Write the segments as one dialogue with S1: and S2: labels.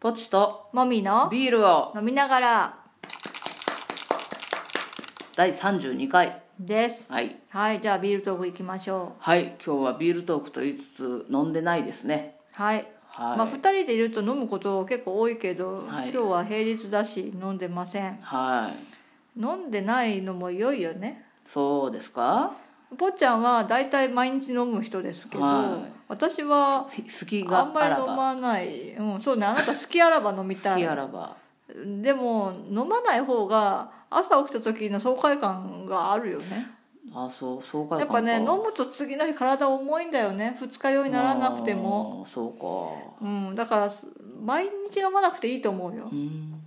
S1: ポチと
S2: もみの
S1: ビールを
S2: 飲みながら
S1: 第32回
S2: です
S1: はい
S2: はいじゃあビールトーク行きましょ
S1: はい今日はビールトークと言いつつ飲んでないですね
S2: うはい、
S1: はい、
S2: まあ2人でいると飲むこと結構多いけど、
S1: はい
S2: 今日は平日だし飲んでません
S1: はい
S2: 飲んでないのも良いよね
S1: そうですか
S2: ぽっちゃんはだいたい毎日飲む人ですけど、
S1: はい
S2: 私は
S1: す好きが
S2: あんま
S1: あ
S2: り
S1: ら
S2: 飲
S1: ば
S2: まない、うん、そうねあなた好きあらば飲み
S1: 好
S2: た
S1: き
S2: い
S1: あらば
S2: でも飲まない方が朝起きた時の爽快感があるよね
S1: あそうそうか
S2: やっぱね飲むと次の日体重いんだよね二日酔いにならなくても
S1: そう
S2: うんだからす毎日飲まなくていいと思うよ
S1: かうん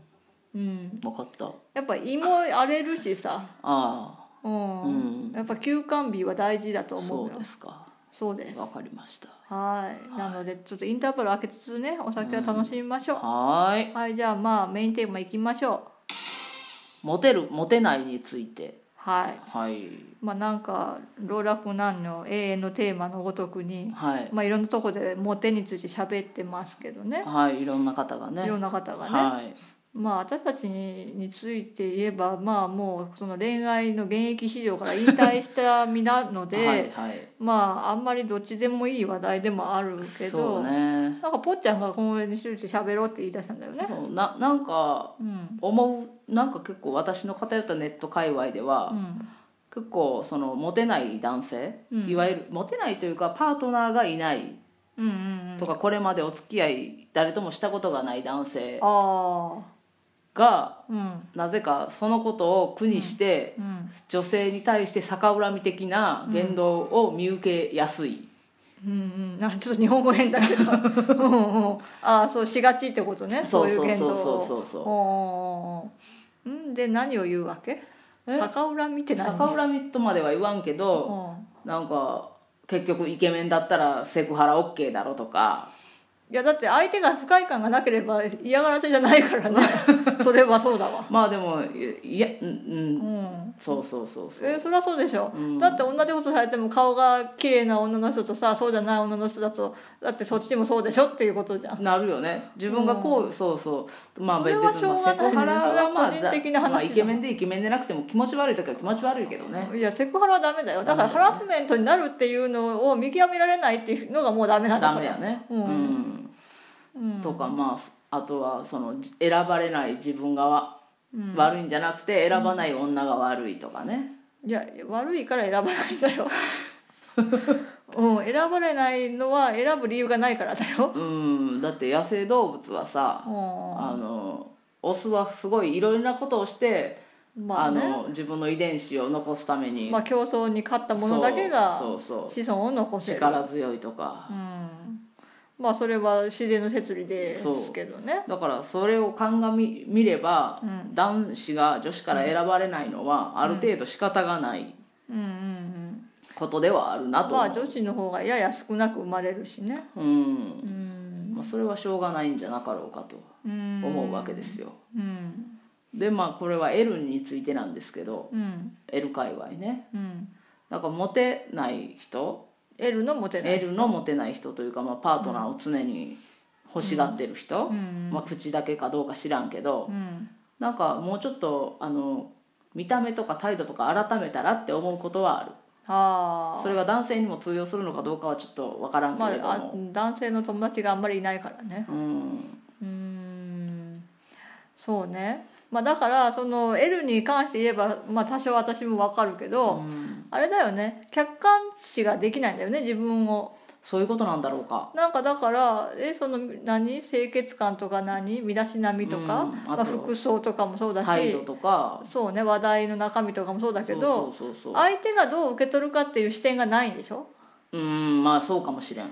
S2: うん
S1: 分かった
S2: やっぱ胃も荒れるしさ
S1: あ
S2: うん、
S1: うん
S2: やっぱ休館日は大事だ
S1: あ
S2: と思
S1: そうう
S2: よ
S1: ですか
S2: そうです
S1: わかりました
S2: はいなのでちょっとインターバル開けつつねお酒を楽しみましょう、
S1: はーい
S2: はいじゃあまあメインテーマいきましょう
S1: モテるモテないについて
S2: はい
S1: はい
S2: まあなんか老若男女永遠のテーマのごとくに
S1: はい
S2: まあいろんなとこでモテについて喋ってますけどね
S1: はいいろんな方がね
S2: いろんな方がね、
S1: はい
S2: まあ私たちにについて言えばまあもうその恋愛の現役市場から引退した身なので
S1: はいはい
S2: まああんまりどっちでもいい話題でもあるけ
S1: そ
S2: ど、
S1: うね
S2: なんかぽっちゃんがこの上について喋ろうって言い出したんだよね。
S1: そうななんか
S2: うん
S1: 思うなんか結構私の偏ったネット界隈では、
S2: うん
S1: 結構そのモテない男性、
S2: うん
S1: いわゆるモテないというかパートナーがいない
S2: うんうんうん
S1: とか、これまでお付き合い誰ともしたことがない男性
S2: あ
S1: が
S2: あうん
S1: なぜかそのことを苦にして、
S2: うん
S1: 女性に対して逆恨み的な言動を見受けやすい、
S2: うんうんなんかちょっと日本語変だけ どうんうんああそうしがちってことねそういう言動を
S1: そうそうそうそうそう
S2: おーんで何を言うわけ
S1: え
S2: 逆恨みって何
S1: 逆恨みとまでは言わんけど、
S2: うん
S1: なんか結局イケメンだったらセクハラ OK だろとか
S2: いやだって相手が不快感がなければ嫌がらせじゃないから ねそれはそうだわ
S1: まあでもいやうんうん
S2: うん
S1: そうそうそうそう、
S2: えーそりゃそうでしょ、
S1: うん
S2: だって同じことされても顔が綺麗な女の人とさそうじゃない女の人だとだってそっちもそうでしょっていうことじゃん
S1: なるよね自分がこう、そうそうまあ
S2: それ
S1: 別に
S2: はしょうがない
S1: セクハラ
S2: それは
S1: はまあ
S2: 個人的な話だ
S1: まあイケメンでイケメンでなくても気持ち悪い時は気持ち悪いけどね
S2: いやセクハラはダメだよだからハラスメントになるっていうのを見極められないっていうのがもうダメなんだ
S1: ダメやね
S2: うん
S1: うんとかまああとはその選ばれない自分がわ
S2: うん
S1: 悪いんじゃなくて選ばない女が悪いとかね、
S2: いや悪いから選ばないんだ ようん選ばれないのは選ぶ理由がないからだよ
S1: うん、だって野生動物はさ、
S2: うん
S1: あのオスはすごいいろいろなことをして、
S2: まあね
S1: あの自分の遺伝子を残すために、
S2: まあ、競争に勝ったものだけが
S1: そうそうそう
S2: 子孫を残せる
S1: 力強いとか
S2: う、ん、まあそれは自然の摂理ですけどね
S1: だからそれを鑑み見れば、
S2: うん
S1: 男子が女子から選ばれないのはある程度仕方がない
S2: うんうんうん
S1: ことではあるなと
S2: ま
S1: 思
S2: あ
S1: う、
S2: 女子の方がやや少なく生まれるしね
S1: うん
S2: うん
S1: まあ、それはしょうがないんじゃなかろうかと
S2: うん
S1: 思うわけですよ、
S2: うん
S1: でまあこれは L についてなんですけど
S2: うん、
S1: L 界隈ね
S2: うん、
S1: なんかモテない人
S2: L のモテない
S1: L のモテない人というか、まあ、パートナーを常に欲しがってる人、
S2: うん
S1: まあ、口だけかどうか知らんけど、
S2: うん
S1: なんかもうちょっとあの見た目とか態度とか改めたらって思うことはある
S2: あ
S1: それが男性にも通用するのかどうかはちょっと分から
S2: あ
S1: ん
S2: ま
S1: け
S2: あ
S1: れども、
S2: あ男性の友達があんまりいないからね
S1: うん
S2: うんそうねまあだからその L に関して言えば、まあ、多少私もわかるけど、
S1: うん
S2: あれだよね客観視ができないんだよね自分を
S1: そういうことなんだろうか
S2: なんかだからえその何清潔感とか何身だしなみとか、
S1: うん
S2: ま
S1: あ
S2: あ、
S1: と
S2: 服装とかもそうだ
S1: 態度
S2: し
S1: とか
S2: そうね話題の中身とかもそうだけど
S1: そうそうそうそ
S2: 相手がどう受け取るかっていう視点がないんでしょ
S1: ううんまあそうかもしれん、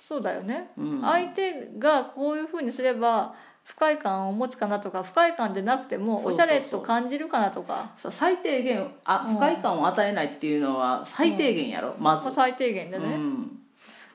S2: そうだよね、
S1: うん、
S2: 相手がこういうふうにすれば不快感を持つかなとか不快感でなくて
S1: そう
S2: もお
S1: そう
S2: し
S1: そう
S2: ゃれと感じるかなとか
S1: さ最低限あ
S2: うん
S1: 不快感を与えないっていうのは最低限やろ、ま
S2: まあ
S1: ず、
S2: 最低限でね、
S1: うん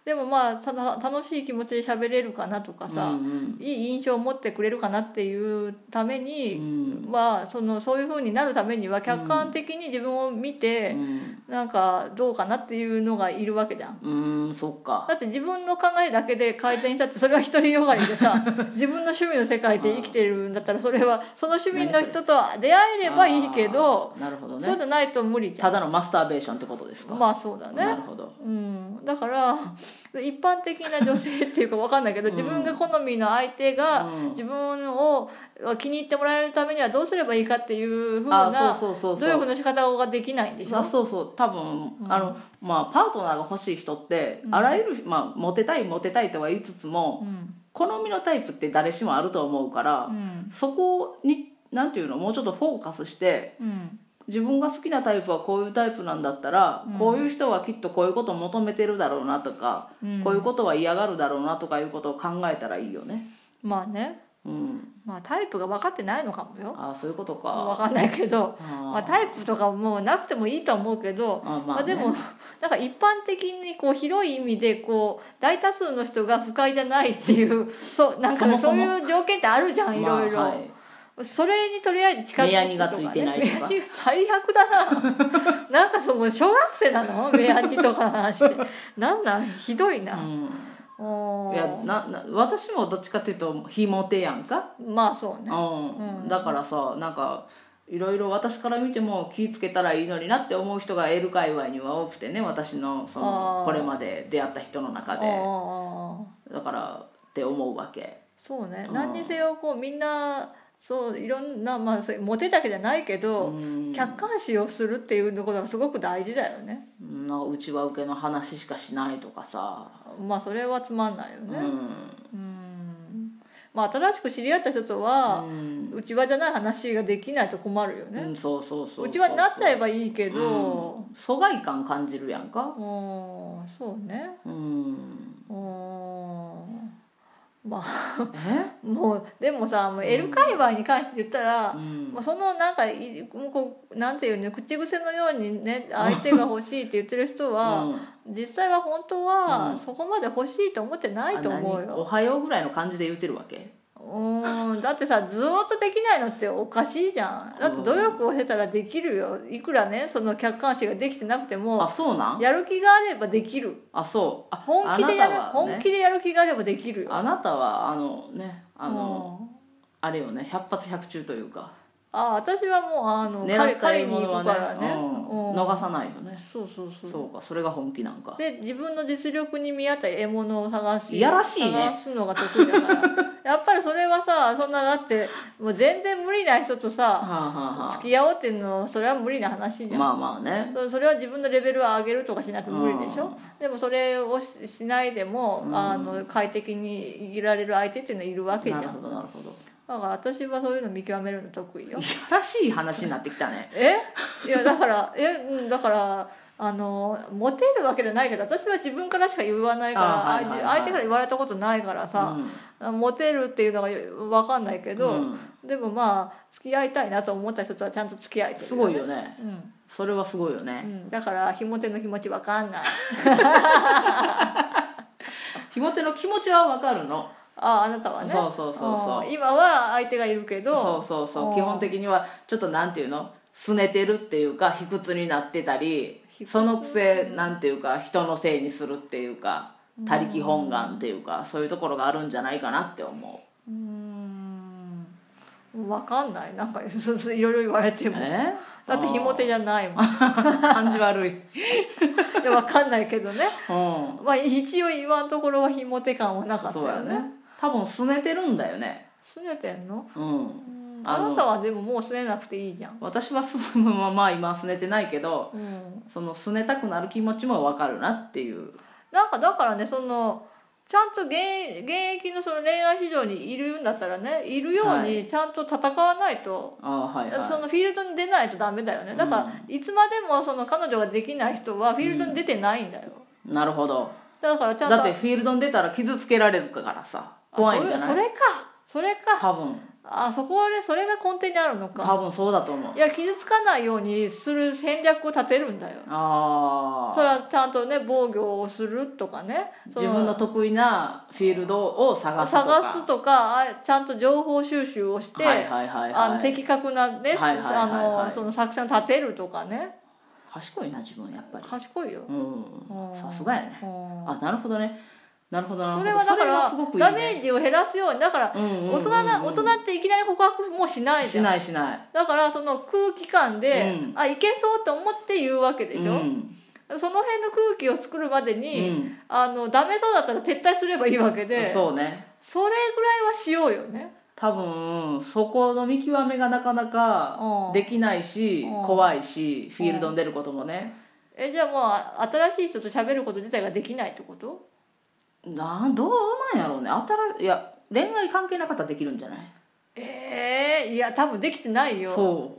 S2: でもまあただ楽しい気持ちで喋れるかなとかさ、
S1: うんうん
S2: いい印象を持ってくれるかなっていうために、
S1: うん
S2: まあ、そのそういうふうになるためには客観的に自分を見て、
S1: うん
S2: なんかどうかなっていうのがいるわけじゃん。
S1: うんーんそっか
S2: だって自分の考えだけで改善したってそれは独りよがり でさ自分の趣味の世界で生きてるんだったらそれはその趣味の人と出会えればいいけど
S1: あーなるほど
S2: そう
S1: ね
S2: じゃないと無理じゃ
S1: ただのマスターベーションってことですか、
S2: んまあそうだ
S1: な
S2: ね
S1: るほど
S2: うん、だから一般的な女性っていうか分かんないけど
S1: うん
S2: 自分が好みの相手が
S1: うん
S2: 自分を気に入ってもらえるためにはどうすればいいかっていうふう
S1: あ
S2: な
S1: そうそうそうそ
S2: 努
S1: う
S2: 力の仕方ができないんでしょ
S1: あそうそう多分、
S2: うん
S1: あのまあパートナーが欲しい人って、
S2: うん
S1: あらゆる、まあ、モテたいモテたいとは言いつつも、
S2: うん
S1: 好みのタイプって誰しもあると思うから、
S2: うん
S1: そこになんていうのもうちょっとフォーカスして
S2: うん
S1: 自分が好きなタイプはこういうタイプなんだったら、
S2: うん
S1: こういう人はきっとこういうことを求めてるだろうなとか、
S2: うん
S1: こういうことは嫌がるだろうなとかいうことを考えたらいいよね。
S2: まあね、
S1: うん、
S2: まあ、タイプが分かってないのかもよ
S1: ああそういうこと
S2: 分
S1: か。
S2: かんないけど
S1: あー
S2: まあ、タイプとかもうなくてもいいとは思うけど
S1: あま
S2: ま
S1: あ
S2: あ
S1: ね
S2: でも なんか一般的にこう広い意味でこう大多数の人が不快じゃないっていう そうなん
S1: そ
S2: か
S1: もそ
S2: そう
S1: も
S2: いう条件ってあるじゃんいろいろ、
S1: まあはい
S2: それにとりあえず近づくとか、ね、
S1: 目やにがついてないとか
S2: 目やに最悪だななんかそ の小学生 なの目やにとかの話ってなんなんひどいな、
S1: う
S2: お
S1: ん、
S2: ー
S1: いやなな私もどっちかっていうと非モテやんか、
S2: まあそうね
S1: うん
S2: うん
S1: だからさなんかいろいろ私から見ても気ぃつけたらいいのになって思う人が L 界隈には多くてね私のその
S2: あー
S1: これまで出会った人の中
S2: あ
S1: で
S2: ー
S1: だからって思うわけ
S2: そうね
S1: うん
S2: 何にせよこうみんなそういろんなまあそういうモテだけじゃないけど、
S1: うん
S2: 客観視をするっていうことがすごく大事だよね
S1: なんかうちは受けの話しかしないとかさ、
S2: まあそれはつまんないよ
S1: うん
S2: ねうんまあ新しく知り合った人と
S1: う
S2: は、
S1: ん
S2: うちわじゃない話ができないと困るよ
S1: う
S2: ね、
S1: んそうそう
S2: う
S1: そう
S2: ちわになっちゃえ
S1: ば
S2: ばいいけど
S1: 疎外感感じるやんか
S2: うんそうね
S1: うん
S2: うんまあ
S1: え、
S2: もうでもさもう L 界隈に関して言ったら、
S1: うん
S2: まあ、そのなんかいもうこうなんていうの口癖のようにね相手が欲しいって言ってる人は、
S1: うん
S2: 実際は本当
S1: う
S2: は
S1: ん
S2: そこまで欲しいと思ってないと思う
S1: あ何お
S2: よ、
S1: はようぐらいの感じで言ってるわけ
S2: うーんだってさずーっとできないのっておかしいじゃんだって努力をしてたらできるよいくらねその客観視ができてなくて
S1: あ
S2: も
S1: そうなん
S2: やる気があればできる
S1: あそうあ
S2: 本気でやる、
S1: あなたはね
S2: 本気でやる気があればできるよ
S1: あなたはあのねあの、
S2: うん
S1: あれよね百発百中というか
S2: あ私はもうあの
S1: 狙
S2: 彼
S1: った
S2: 彼
S1: 獲
S2: に行
S1: 物は
S2: く
S1: ね
S2: からね
S1: うん、逃さないよね
S2: そうそうそう
S1: そうかそれが本気なんか
S2: で自分の実力に見合った獲物を探す
S1: いやらしいね
S2: 探すのが得意だから やっぱりそれはさそんなだってもう全然無理な人
S1: は
S2: と
S1: あ
S2: さ
S1: はあはあ
S2: 付き合おうっていうのはそれは無理な話じゃん、
S1: まあまあね
S2: そそれは自分のレベルを上げるとかしないと無理でしょ、
S1: うん
S2: でもそれをししないでも、
S1: うん
S2: あの快適にいられる相手っていうのはいるわけじゃ
S1: なんる
S2: だ
S1: ほ
S2: か
S1: どなるほど
S2: ら私はそういうの見極めるの得意
S1: いや
S2: よ
S1: らしい話になってきたね
S2: えいやだからえうんだからあのモテるわけじゃないけど私は自分からしか言わないから
S1: あはいはいはい
S2: あ相手から言われたことないからさ、
S1: うん
S2: モテるっていうのが分かんないけ
S1: う
S2: ど、
S1: ん
S2: でもまあ付き合いたいなと思った人とはちゃんと付き合えてる
S1: すごいよね
S2: うん
S1: それはすごいよ
S2: う
S1: ね
S2: ん、だからひも手の気持ち分かんない
S1: ひも手の気持ちはわかるの
S2: あああなたはね
S1: そうそうそうそうん
S2: 今は相手がいるけど
S1: そうそうそううん基本的にはちょっとなんていうの拗ねてるっていうか卑屈になってたり
S2: 卑屈
S1: そのくせなんていうか人のせいにするっていうか他力本願っていうかそういうところがあるんじゃないかなって思う
S2: うーん分かんないなんか いろいろ言われても
S1: え
S2: だってひも手じゃないもん
S1: 感じ悪いうん
S2: いやわかんないけどねまあ一応今のところはひも手感はなかった
S1: そうや
S2: よね
S1: ね多分拗ねてるんだよね
S2: すねてんの
S1: うん
S2: うん
S1: あ
S2: あ
S1: の
S2: なたはでももうすねなくていいじゃん
S1: 私は進むまま今拗ねてないけど
S2: うん
S1: その拗ねたくなる気持ちもわかるなっていう
S2: なんかだからねそのちゃんと現現役のその恋愛市場にいるんだったらねいるよう
S1: は
S2: にちゃんと戦わないと、
S1: ああはいはい
S2: そのフィールドに出ないとダメだよねだからいつまでもその彼女ができない人はフィールドに出てないんだよ、
S1: なるほど
S2: だからちゃんと
S1: だってフィールドに出たら傷つけられるからさ
S2: あ
S1: 怖いんじゃ
S2: そ
S1: な
S2: れ
S1: い
S2: それかそれか
S1: 多分
S2: あそこはねそれが根底にあるのか
S1: 多分そうだと思う
S2: いや傷つかないようにする戦略を立てるんだよ
S1: あ
S2: それ
S1: あ
S2: はちゃんとね防御をするとかねそ
S1: 自分の得意なフィールドを探すとか
S2: 探すとかあちゃんと情報収集をして、
S1: はいはいはいはい
S2: あの的確なね、
S1: はいはいはいはい
S2: あのその作戦を立てるとかね、
S1: 賢いな自分やっぱり
S2: 賢いよ、
S1: うん
S2: うん
S1: さすがやね
S2: うん
S1: あなるほどねなるほどなるほ
S2: そ
S1: ど
S2: れはだか
S1: そ
S2: ら
S1: れはすごくいい
S2: ダ
S1: ね
S2: メージを減らすようにだから
S1: うんうんうんうん
S2: 大人な大人っていきなり告白もしないじ
S1: し
S2: ゃん
S1: ないしない
S2: だからその空気感で、
S1: うん
S2: あいけそうと思って言うわけでしょ、
S1: うん
S2: その辺の空気を作るまでに、
S1: うん
S2: あのダメそうだったら撤退すればいいわけでそ
S1: そうね
S2: れぐらいはしようよね
S1: 多分そこの見極めがなかなか
S2: うん
S1: できないし
S2: うん
S1: 怖いしフィールドに出ることもね
S2: えじゃあもうあ新しい人と喋ること自体ができないってこと
S1: なんどうなんやろうね新しいや恋愛関係なかったらできるんじゃない
S2: ええいや多分できてないよ
S1: そ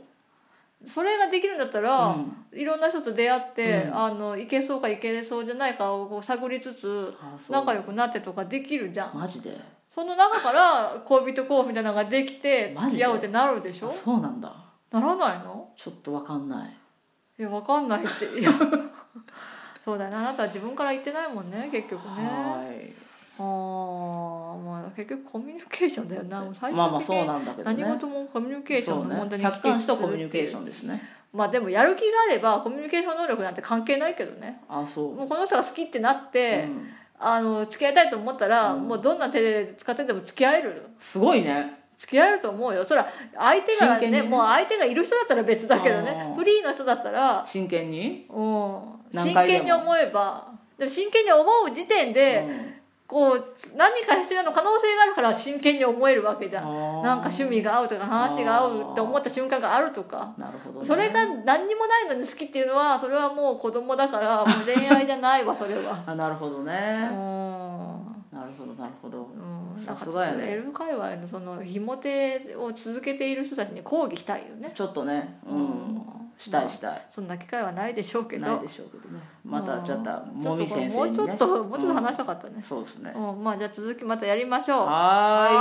S2: それができるんだったら、
S1: うん
S2: いろんな人と出会って、
S1: う
S2: あのいけそうかいけそうじゃないかをこう探りつつ
S1: あそう
S2: 仲良くなってとかできるじゃん
S1: うマジで
S2: その中から恋人候補みたいなのができて
S1: マジ
S2: 付
S1: で
S2: き合うってなるでし
S1: あ
S2: ょ
S1: そうなんだ
S2: ならないの
S1: ちょっとわかんない
S2: いやわかんな いっていやそうだよねあなたは自分から言ってないもんね結局ねあ
S1: はい
S2: あーまあ結局コミュニケーションだよなもう最終的に
S1: まあまあそうなんだけどね
S2: 何事もコミュニケーション
S1: そ
S2: の
S1: う
S2: 問
S1: ね
S2: 題に
S1: 客観視とコミュニケーシ
S2: ョン
S1: ョンですね
S2: まあでもやる気があればコミュニケーション能力なんて関係ないけどね
S1: あそう
S2: もうこの人が好きってなっ
S1: う
S2: て、
S1: ん
S2: あの付き合いたいと思ったら、
S1: うん
S2: もうどんな手で使ってても付き合える
S1: すごいね
S2: 付き合えると思うよそら相手が
S1: 真剣
S2: ね
S1: にね
S2: もう相手がいる人だったら別だけど
S1: あ
S2: ね
S1: ー
S2: フリーの人だったら、
S1: 真剣に
S2: うん、
S1: 何
S2: 真
S1: 回でも
S2: 剣に思えばでも真剣に思う時点で、こう何かしらの可能性があるから真剣に思えるわけじゃん
S1: な
S2: な
S1: ん
S2: か趣味が合うとか話が合うって思った瞬間があるとか
S1: なるほどね
S2: それが何にもないのに好きっていうのはそれはもう子供だからもう恋愛じゃないわそれは
S1: あなるほど
S2: う
S1: ね
S2: ん
S1: なるほどなるほど
S2: うんなん
S1: さ
S2: か
S1: すがやね
S2: ちょっと L 界隈のそのひも手を続けている人たちに抗議したいよね
S1: ちょっとねうんしたいしたい
S2: そんな機会はないでしょうけど
S1: ないでしょうけどねまたちょっと
S2: うん
S1: もみ先
S2: ちょ
S1: 生にね
S2: っとこれもうちょっともうちょっと話したかったね、
S1: そうですね
S2: うんまあじゃあ続きまたやりましょう
S1: はーい